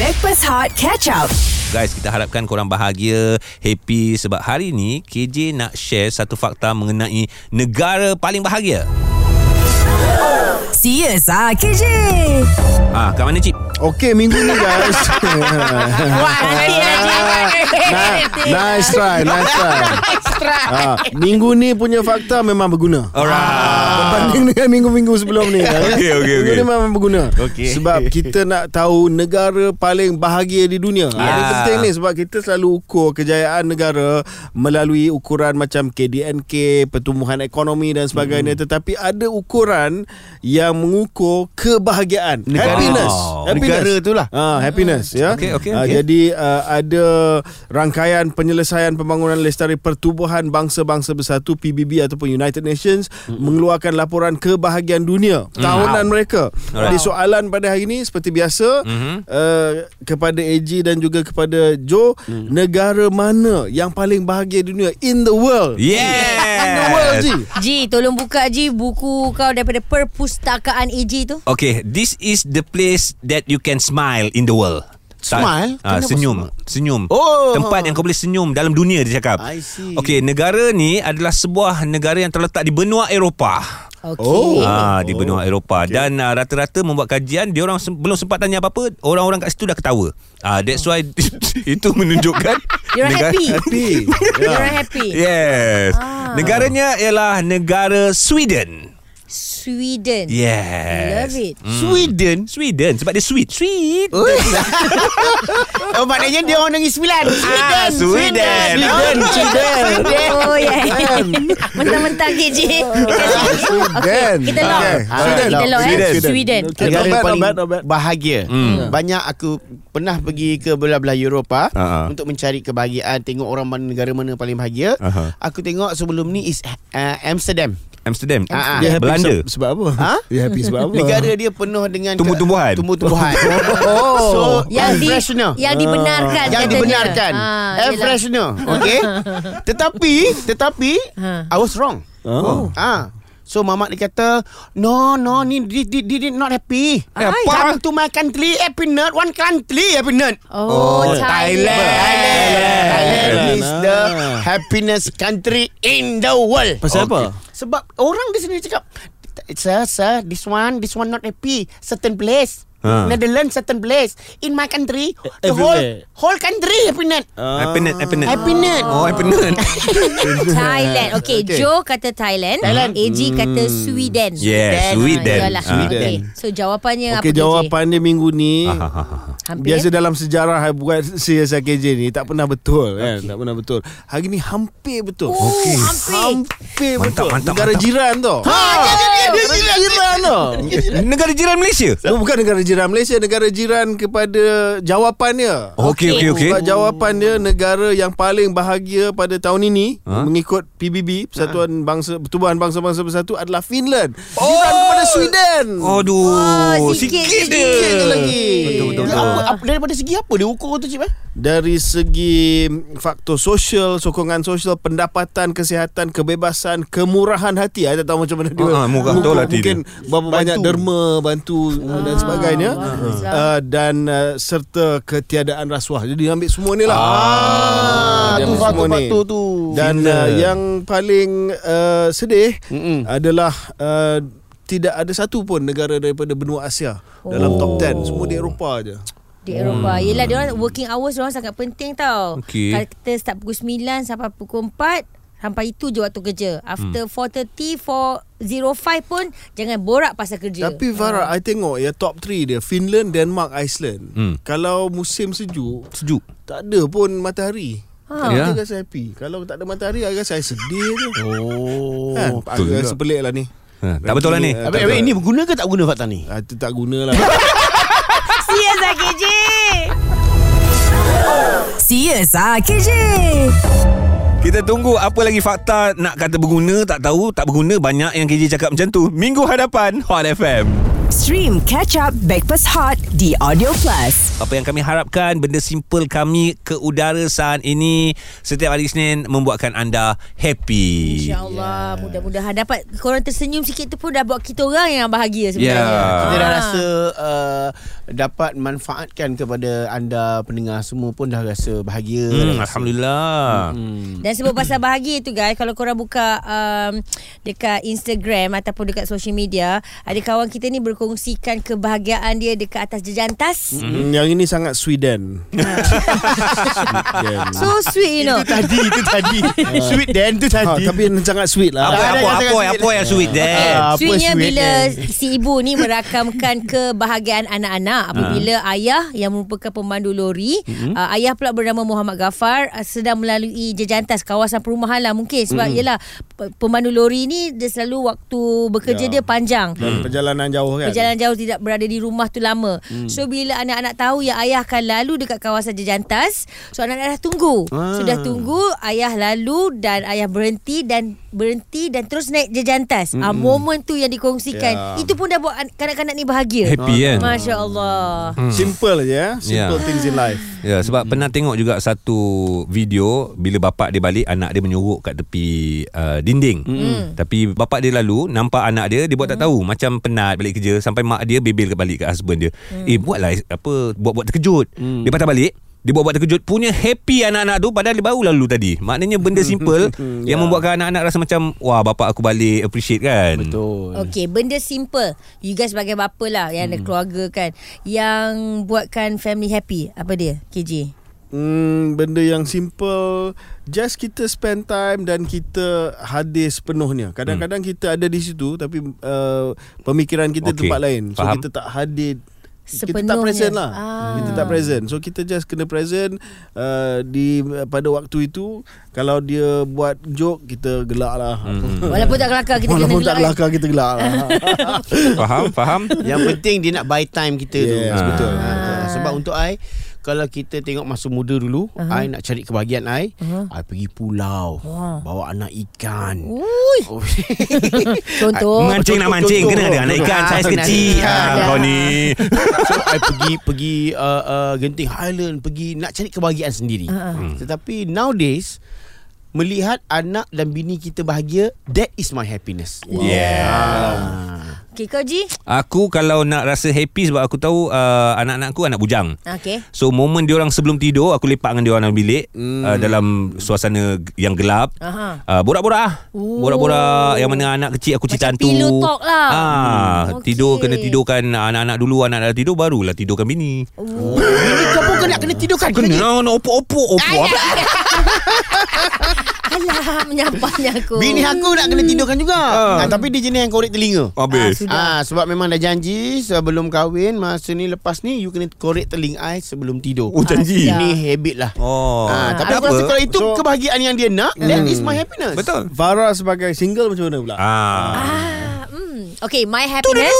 Backpass Hot Catch Up. Guys, kita harapkan korang bahagia, happy sebab hari ni KJ nak share satu fakta mengenai negara paling bahagia. Serius ah KJ. Ah, kat mana cip? Okey minggu ni guys Wah, nanti nanti nah, Nice try Nice try Extra. ha, Minggu ni punya fakta Memang berguna Ah. Alright. Berbanding dengan minggu-minggu sebelum ni Okey, okey, Minggu okey. ni memang berguna Okey. Sebab kita nak tahu Negara paling bahagia di dunia ha, Ini Ah. penting ni Sebab kita selalu ukur Kejayaan negara Melalui ukuran macam KDNK Pertumbuhan ekonomi dan sebagainya Hmm. Tetapi ada ukuran Yang mengukur kebahagiaan Negara. Happiness Wow. Happiness. Negara tu lah. Ah, happiness ya. Okey, okey, Ah, okey. jadi uh, ada rangkaian penyelesaian pembangunan lestari pertubuhan bangsa-bangsa bersatu PBB ataupun United Nations mengeluarkan laporan kebahagiaan dunia tahunan mereka. Alright. Jadi soalan pada hari ini seperti biasa Mm-hmm. Mhm. uh, kepada AG dan juga kepada Joe, Mm. negara mana yang paling bahagia di dunia in the world? In the world G. Yes. Ji, tolong buka Ji buku kau daripada perpustakaan Iji tu. Okay, this is the place that you can smile in the world. Tak- Smile? Ah, Kenapa senyum, senyum. Oh. Tempat yang kau boleh senyum dalam dunia dia cakap. I see. Okey, negara ni adalah sebuah negara yang terletak di benua Eropah. Okey. Oh. Ah, di benua Eropah okay. dan ah, rata-rata membuat kajian dia orang sem- belum sempat tanya apa-apa orang-orang kat situ dah ketawa. Ah that's why itu menunjukkan Dia orang happy. Happy. Dia orang happy. Yes. Ah. Negaranya ialah negara Sweden. Sweden. Yes. Hmm. Love it. Sweden Sweden sebab dia sweet. Sweet. Ui. oh, maknanya dia orang negeri sembilan. Ah, Sweden. Sweden. Sweden. Oh yeah. Mentang-mentang KJ. Ah, Oh. Sweden. kita lock. Okay. Sweden. Kita lock, eh. Sweden. Okay, Negara not bad, paling not bad, Hmm. not bad. bahagia. Hmm. Banyak aku pernah pergi ke belah-belah Eropah Ah, ah. untuk mencari kebahagiaan, tengok orang mana negara mana paling bahagia. Aha. Aku tengok sebelum ni is uh, Amsterdam. Amsterdam. Ah, ah. Dia happy Belanda. se- sebab apa? Ha? Dia happy sebab apa? Negara dia penuh dengan ke- Tumbuh-tumbuhan. Tumbuh-tumbuhan. Oh. So, Yang, di, freshener. yang dibenarkan yang katanya. dibenarkan. Ah, air yelah. freshener, okay? tetapi, tetapi Ha. I was wrong. Oh. Ah. So mamak dia kata No no ni di di di, di not happy Eh, apa? Come to my country happy nerd One country happy nerd Oh, Thailand Thailand is Thailand. the happiness country in the world Pasal apa? Sebab orang di sini cakap Sir, sir, this one, this one not happy Certain place Ha. Netherlands certain place In my country The Everywhere. whole Whole country happy nerd Happiness, happiness. Happiness. Oh, happiness. Thailand. Okay, okay, Joe kata Thailand. Thailand. AG kata Sweden. Yes, Ah, Sweden. Yalah, Ah. Sweden. Okay. So jawapannya apa? Okey KJ? jawapan dia minggu ni Ah, ha, Hampir. eh? Biasa dalam sejarah eh, saya buat CSKJ ni tak pernah betul kan, tak pernah betul. Hari ni hampir betul. Oh, Okey. hampir. Hampir Mantap, betul. mantap, negara mantap. jiran tau. Ha, negara jiran, tau. Negara jiran Malaysia. No, bukan negara jiran Malaysia, negara jiran kepada jawapannya. Okey, okey, okey. Sebab jawapan dia negara yang paling bahagia pada tahun ini Ha? mengikut PBB Persatuan Bangsa Pertubuhan Bangsa-Bangsa Bersatu adalah Finland. Jiran kepada Sweden. Aduh, Oh, sikit sikit je. je. Sikit je lagi. Betul, betul, betul. Ya, apa, apa, Daripada segi apa dia ukur tu cip eh? dari segi faktor sosial, sokongan sosial, pendapatan, kesihatan, kebebasan, kemurahan hati. Saya tak tahu macam mana dia. Ah, ah, murah betul hati mungkin berapa Bantu. banyak derma bantu ah, dan sebagainya baguslah. uh, dan uh, serta ketiadaan rasuah. Jadi ambil semua ni lah. Ah, Dia tu ambil faktor semua ni. faktor tu. Dan uh, yang paling uh, sedih Mm-mm. adalah uh, tidak ada satu pun negara daripada benua Asia Oh. dalam top 10 semua di Eropah je. Di Eropah. Hmm. Yelah, diorang working hours diorang sangat penting tau. Okey. Kalau kita start pukul 9 sampai pukul 4, Sampai itu je waktu kerja After hmm. 4.30 4.05 pun Jangan borak pasal kerja Tapi Farah, I tengok ya top 3 dia Finland, Denmark, Iceland. Hmm. Kalau musim sejuk, Sejuk. tak ada pun matahari. Ha. Ha. Ya. Yeah. rasa happy. Kalau tak ada matahari, I rasa I sedih je. Oh. Kan? Aku Betul rasa pelik lah ni. Ha, tak betul lah ni. Eh, Habis, tak habis betul. ini berguna ke tak berguna fakta ni? Ah, Itu tak guna lah. Serius lah KJ Serius ah KJ. Kita tunggu apa lagi fakta nak kata berguna tak tahu, tak berguna banyak yang KJ cakap macam tu. Minggu hadapan Hot FM. Stream Catch Up Backpass Hot di Audio Plus. Apa yang kami harapkan Benda simple kami Ke udara saat ini Setiap hari Senin Membuatkan anda happy InsyaAllah yes. Mudah-mudahan dapat Korang tersenyum sikit tu pun Dah buat kita orang yang bahagia sebenarnya Yeah. Kita dah Ah. rasa uh, dapat manfaatkan kepada anda pendengar semua pun dah rasa bahagia. hmm, Dah rasa- Alhamdulillah hmm. Dan sebab pasal bahagia tu guys Kalau korang buka um, Dekat Instagram Ataupun dekat social media Ada kawan kita ni berkongsikan Kebahagiaan dia Dekat atas jejantas Mm-hmm. Mm, Yang ini sangat Sweden. Sweden. So sweet you know Tadi itu tadi. Sweet dan tu ha, tadi. tapi yang sangat sweet Apa, lah. Ada apa, yang apa, sangat apa, apa yang sweet eh? then Ah, apa Sweetnya sweet bila dia? si ibu ni merakamkan kebahagiaan anak-anak Ah. apabila ayah yang merupakan pemandu lori Mm-hmm. uh, ayah pula bernama Muhammad Gafar uh, sedang melalui jejantas kawasan perumahan lah mungkin sebab yalah pe- pemandu lori ni dia selalu waktu bekerja Ya. dia panjang Dan perjalanan jauh Hmm. kan. Perjalanan jauh tidak berada di rumah tu lama. Hmm. So bila anak-anak tahu yang ayah akan lalu dekat kawasan Jejantas, so anak-anak dah tunggu. Ah. Ah. Sudah tunggu, ayah lalu dan ayah berhenti dan berhenti dan terus naik Jejantas. Hmm. Ah momen tu yang dikongsikan. Ya. Itu pun dah buat an- kanak-kanak ni bahagia. Happy kan Masya-Allah. Hmm. Simple je eh. Simple Yeah. things in life. Ya sebab pernah tengok juga satu video bila bapak dia balik anak dia menyuruk kat tepi uh, dinding. Tapi bapak dia lalu nampak anak dia dia buat tak tahu macam penat balik kerja sampai mak dia bebel kat balik kat husband dia. Eh buatlah apa buat-buat terkejut. Dia patah balik dia buat-buat terkejut punya happy anak-anak tu padahal dia baru lalu tadi. Maknanya benda simple Ya. yang membuatkan anak-anak rasa macam wah bapak aku balik appreciate kan. Betul. Okey, benda simple. You guys sebagai bapa lah Mm. yang ada keluarga kan, yang buatkan family happy. Apa dia? KJ. Hmm, benda yang simple Just kita spend time Dan kita hadir sepenuhnya Kadang-kadang kita ada di situ Tapi uh, Pemikiran kita Okey, tempat lain So faham. kita tak hadir Kita tak Sepenuhnya. present lah Ah. Kita tak present So kita just kena present uh, di Pada waktu itu Kalau dia buat joke Kita gelak lah hmm. Walaupun tak kelakar kita Walaupun kena tak gelak. eh. kelakar Kita gelak lah Faham? Faham? Yang penting dia nak buy time kita tu. Yes, Ah. betul. Ah, betul. Sebab untuk I kalau kita tengok masa muda dulu, uh-huh. I nak cari kebahagiaan I, uh-huh. I pergi pulau, uh-huh. bawa anak ikan. Ui. Oh. Contoh. Ah, Mancing nak mancing kena ada anak ikan saiz kecil. Ah, Ah, kau ni. So I pergi pergi uh, uh, Genting Highland pergi nak cari kebahagiaan sendiri. Uh-huh. Tetapi nowadays melihat anak dan bini kita bahagia that is my happiness. Yeah. Ah. Okay, kau Ji. Aku kalau nak rasa happy sebab aku tahu uh, anak-anak aku anak bujang. Okay. So momen dia orang sebelum tidur aku lepak dengan dia orang dalam bilik mm. uh, dalam suasana g- yang gelap. Hmm. Aha. Uh, borak-borak ah. Ooh. Borak-borak yang mana anak kecil aku cerita Macam hantu. pillow talk lah. Ah, Hmm, okay. tidur okey. kena tidurkan anak-anak dulu, anak dah tidur barulah tidurkan bini. Oh. Bini kau pun kena kan? kena tidurkan kena. Kena lah, nak opok-opok opok. Apa? Ah, Alah, menyampahnya aku. Bini aku nak kena tidurkan juga. Ah, tapi dia jenis yang korek telinga. Habis. Ah, Sudah. Ah sebab memang dah janji sebelum kahwin masa ni lepas ni you kena korek telinga I sebelum tidur. Oh, janji. Ah, Ini habit lah. Oh. Ah, tapi aku Apa? rasa kalau itu So- kebahagiaan yang dia nak, Mm. that is my happiness. Betul. Farah sebagai single macam mana pula? Ah. Ah, mm. Okay, my happiness.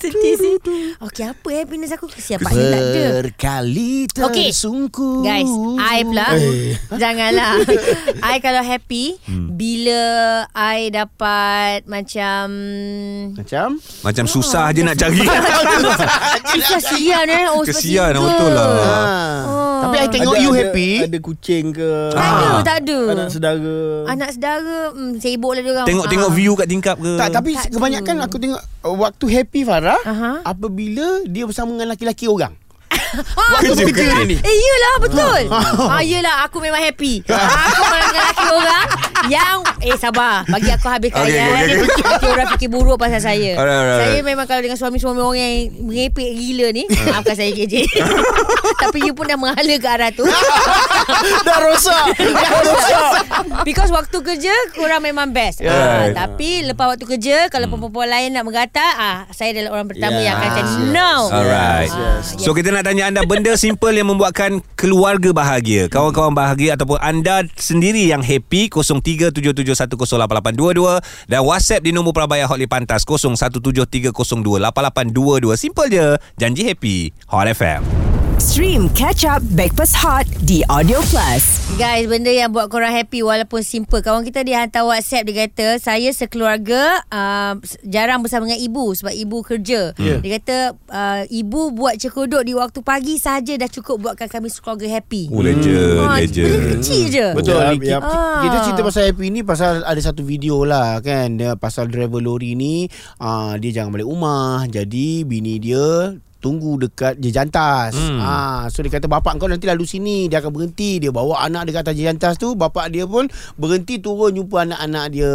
Sedih sih. Okay, apa happiness aku? Siapa yang tak ada? Berkali Okey. tersungkur. Guys, I pula Janganlah I kalau happy Bila I dapat Macam Macam? Macam Ah, susah je nak cari. Kesian eh oh, seperti Kesian, itu. betul lah. Ah. Ah. Tapi I tengok Ada- you ada- happy. Ada kucing ke Tak ada Ah. Tak ada Anak sedara Anak sedara mm, Sibuk lah dia orang Tengok-tengok Ah. view kat tingkap ke? Tak, tapi Tak kebanyakan tu. aku tengok uh, waktu happy Farah Aha. apabila dia bersama dengan laki-laki orang. Ah, Waktu betul. bekerja ni. Eh iyalah betul ah, Iyalah aku memang happy Ah, Aku orang lelaki orang Yang Eh sabar Bagi aku habiskan Okey, okay, okey, okay, okay. Nanti orang fikir buruk pasal saya Alright, alright, Saya alright. memang kalau dengan suami-suami orang yang Mengepek gila ni Maafkan saya KJ Tapi you pun dah menghala ke arah tu Dah rosak Dah rosak Because waktu kerja Korang memang best Yeah. ah, Tapi lepas waktu kerja Kalau perempuan lain nak mengata ah, Saya adalah orang pertama Yeah. yang akan cakap Yes. No Alright. Yes, Ah, yes. Oh, So kita nak tanya anda benda simple yang membuatkan keluarga bahagia, kawan-kawan bahagia ataupun anda sendiri yang happy 0377108822 dan WhatsApp di nombor Prabaya Hotline Pantas 0173028822. Simple je. Janji happy. Hot FM. Stream catch up Backpass Hot di Audio Plus. Guys, benda yang buat korang happy walaupun simple. Kawan kita dia hantar WhatsApp dia kata, "Saya sekeluarga uh, jarang bersama dengan ibu sebab ibu kerja." Ya. Yeah. Dia kata, uh, "Ibu buat cekodok di waktu pagi saja dah cukup buatkan kami sekeluarga happy." Oh, legend, Ah, legend. Benda kecil je. Betul Yap, Ali. yap. Kita, kita cerita pasal Happy ni pasal ada satu video lah kan dia pasal driver lori ni uh, dia jangan balik rumah jadi bini dia tunggu dekat jejantas. Hmm. Ha, so dia kata bapak kau nanti lalu sini dia akan berhenti dia bawa anak dia ke atas jejantas tu bapak dia pun berhenti turun jumpa anak-anak dia.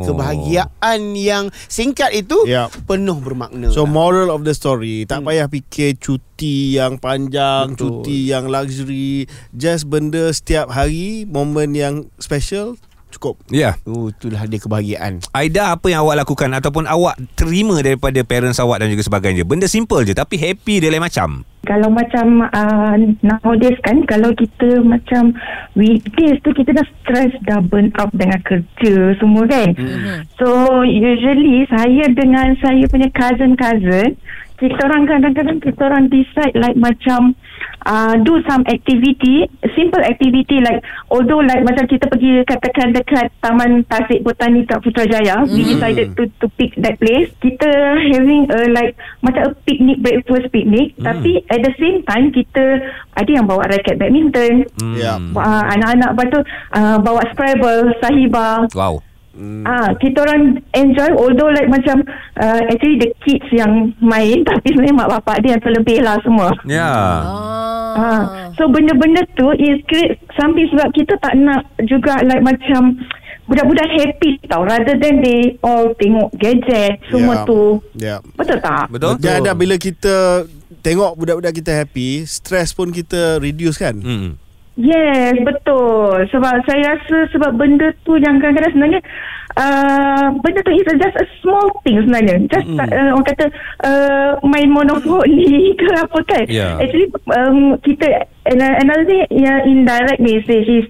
Oh. oh. kebahagiaan yang singkat itu Yap. penuh bermakna. So moral of the story Tak payah fikir cuti yang panjang Betul. Cuti yang luxury Just benda setiap hari Momen yang special Cukup Ya. Yeah. oh, itulah dia kebahagiaan. Aida apa yang awak lakukan ataupun awak terima daripada parents awak dan juga sebagainya. Benda simple je tapi happy dia lain macam. Kalau macam uh, nowadays kan kalau kita macam weekdays tu kita dah stress dah burn out dengan kerja semua kan. Mm-hmm. So usually saya dengan saya punya cousin-cousin kita orang kadang-kadang kita orang decide like macam uh, do some activity simple activity like although like macam kita pergi katakan dekat Taman Tasik Botani kat Putrajaya mm. we decided to to pick that place kita having a like macam a picnic breakfast picnic mm. tapi at the same time kita ada yang bawa raket badminton Hmm. mm. Ya uh, anak-anak lepas tu uh, bawa scrabble sahiba Wow. Ah, kita orang enjoy although like macam uh, actually the kids yang main tapi sebenarnya mak bapak dia yang terlebih lah semua. Ya. Oh. Ah. So benda-benda tu is create something sebab kita tak nak juga like macam budak-budak happy tau rather than they all tengok gadget semua Ya. tu. Ya Betul tak? Betul? Dan ada bila kita Tengok budak-budak kita happy Stress pun kita reduce kan Hmm. Yes, betul. Sebab saya rasa sebab benda tu yang kadang-kadang sebenarnya uh, benda tu is a- just a small thing sebenarnya. Just mm. uh, orang kata uh, main monopoli ke apa kan. Yeah. Actually um, kita and another thing yang indirect message is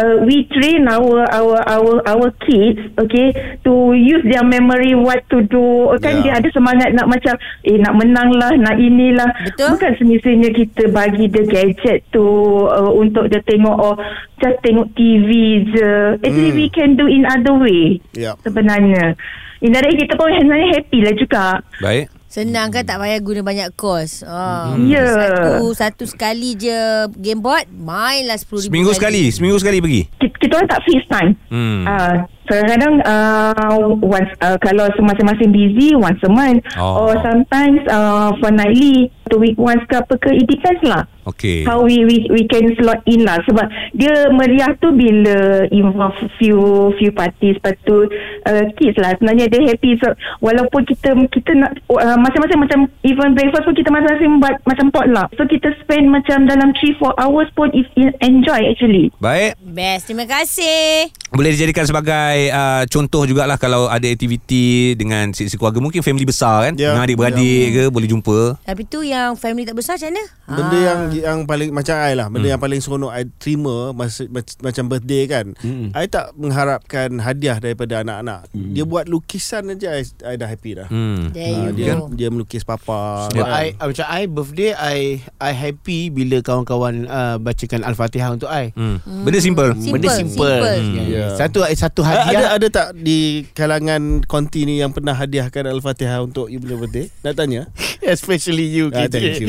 uh, we train our our our our kids okay to use their memory what to do kan Yeah. yeah. dia ada semangat nak macam eh nak menang lah nak inilah Betul. bukan semestinya kita bagi dia gadget tu uh, untuk dia tengok oh just tengok TV je actually we can do in other way Ya sebenarnya Inara kita pun sebenarnya happy lah juga Baik. Senang kan tak payah guna banyak kos. Ah, Ya. Satu satu sekali je game board, mainlah 10,000 Seminggu sekali, seminggu sekali pergi. kita, kita orang tak face time Hmm. Ah, kadang-kadang uh, once uh, kalau masing-masing busy once a month Oh. or sometimes uh, for nightly two week once ke apa ke it depends lah Okey. how we, we we can slot in lah sebab dia meriah tu bila involve few few parties lepas tu uh, kids lah sebenarnya dia happy so walaupun kita kita nak uh, masing-masing macam even breakfast pun kita masing-masing buat macam pot lah so kita spend macam dalam 3-4 hours pun is enjoy actually Baik. Best. Terima kasih. Boleh dijadikan sebagai uh, contoh jugalah kalau ada aktiviti dengan sisi keluarga mungkin family besar kan. Ya. Dengan adik-beradik ke boleh jumpa. Tapi tu yang family tak besar macam mana? Ah. Benda yang yang paling macam I lah, benda yang paling seronok I terima masa mac- macam birthday kan. I tak mengharapkan hadiah daripada anak-anak. Dia buat lukisan aja I, I dah happy dah. Hmm. There Ah, you dia go. dia melukis papa. Sebab kan. I, I macam I birthday I I happy bila kawan-kawan uh, bacakan al-Fatihah untuk I. Hmm. Benda simple. Simple. Benda simple. simple. Hmm. Yeah. Yeah. Satu satu A- Eh, ada hadiah ada tak di kalangan konti ni yang pernah hadiahkan Al-Fatihah untuk you punya birthday? Nak tanya? especially you Ah, KJ. thank you.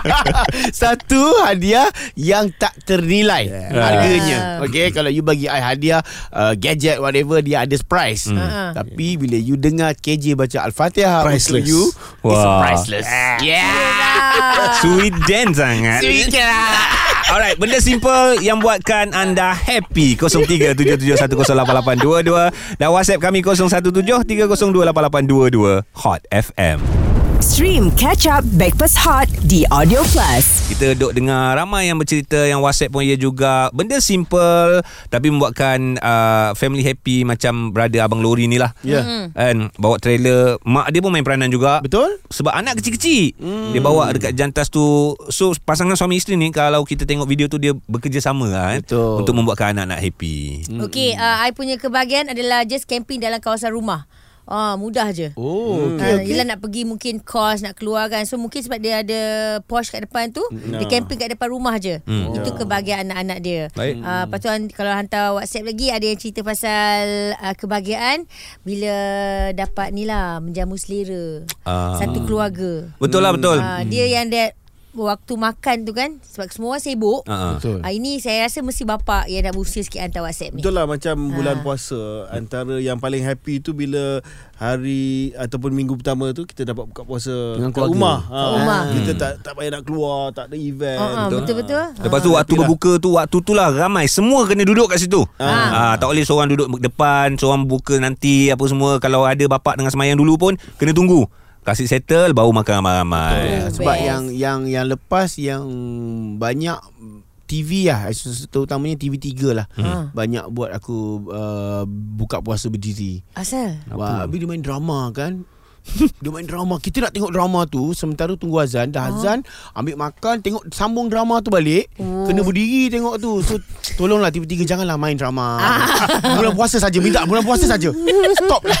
satu hadiah yang tak ternilai yeah. harganya. Ah. Okay, kalau you bagi I hadiah uh, gadget whatever dia ada price. Ah. Tapi bila you dengar KJ baca al-Fatihah Priceless. untuk you, Ah. it's lah. Wah. priceless. Yeah. Ah, Sweet dan sangat. Sweet lah. Alright, benda simple yang buatkan anda happy 0377108822 dan WhatsApp kami 0173028822 Hot FM. Stream catch up Backpass Hot di Audio Plus. Kita duk dengar ramai yang bercerita yang WhatsApp pun ya juga. Benda simple tapi membuatkan uh, family happy macam brother abang Lori ni lah. Ya. Kan bawa trailer, mak dia pun main peranan juga. Betul? Sebab anak kecil-kecil hmm. Dia bawa dekat jantas tu So pasangan suami isteri ni Kalau kita tengok video tu Dia bekerjasama kan Betul. Hmm. Untuk membuatkan anak-anak happy ah, Okey, uh, I punya kebahagiaan adalah just camping dalam kawasan rumah. Ah, mudah je. Oh. Okay, okay. Yelah nak pergi mungkin kos nak keluar kan. So mungkin sebab dia ada Porsche kat depan tu, dia camping kat depan rumah je. Hmm. Itu kebahagiaan anak-anak dia. Baik. Uh, lepas tu han- kalau hantar WhatsApp lagi ada yang cerita pasal uh, kebahagiaan bila dapat ni lah menjamu selera. Ah. Satu keluarga. Betul lah betul. Uh, dia yang dia waktu makan tu kan sebab semua orang sibuk. Ha, ha. Betul. Ah, ini saya rasa mesti bapa yang nak berusaha sikit hantar WhatsApp ni. Betul lah macam Ah. bulan puasa antara yang paling happy tu bila hari ataupun minggu pertama tu kita dapat buka puasa Dengan kat keluarga. rumah. Ah, Kat rumah. Hmm. Kita tak tak payah nak keluar, tak ada event. Ah, ah, betul-betul. Lepas Ah, tu waktu berbuka tu Waktu tu lah ramai Semua kena duduk kat situ Ah. ha. Tak boleh seorang duduk depan Seorang buka nanti Apa semua Kalau ada bapak dengan semayang dulu pun Kena tunggu Kasih settle Baru makan ramai-ramai Ya, sebab best. yang yang yang lepas yang banyak TV lah terutamanya TV3 lah hmm. banyak buat aku uh, buka puasa berdiri Ah. Asal? Wah, habis dia main drama kan dia main drama Kita nak tengok drama tu Sementara tunggu azan Dah azan Ambil makan Tengok sambung drama tu balik oh. Kena berdiri tengok tu So tolonglah Tiba-tiba janganlah main drama Bulan puasa saja Minta bulan puasa saja Stop lah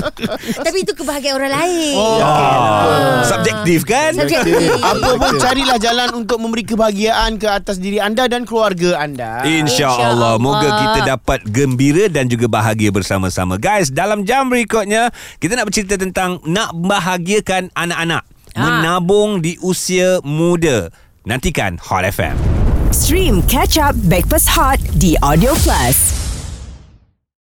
Tapi itu kebahagiaan orang lain. Oh. Ah. Subjektif kan Subjektif. Apa pun carilah jalan untuk memberi kebahagiaan ke atas diri anda dan keluarga anda. InsyaAllah InsyaAllah. Moga kita dapat gembira dan juga bahagia bersama-sama Guys, dalam jam berikutnya Kita nak bercerita tentang Nak bahagiakan anak-anak Ha. Menabung di usia muda Nantikan Hot FM Stream Catch Up Backpass Hot The Audio Plus.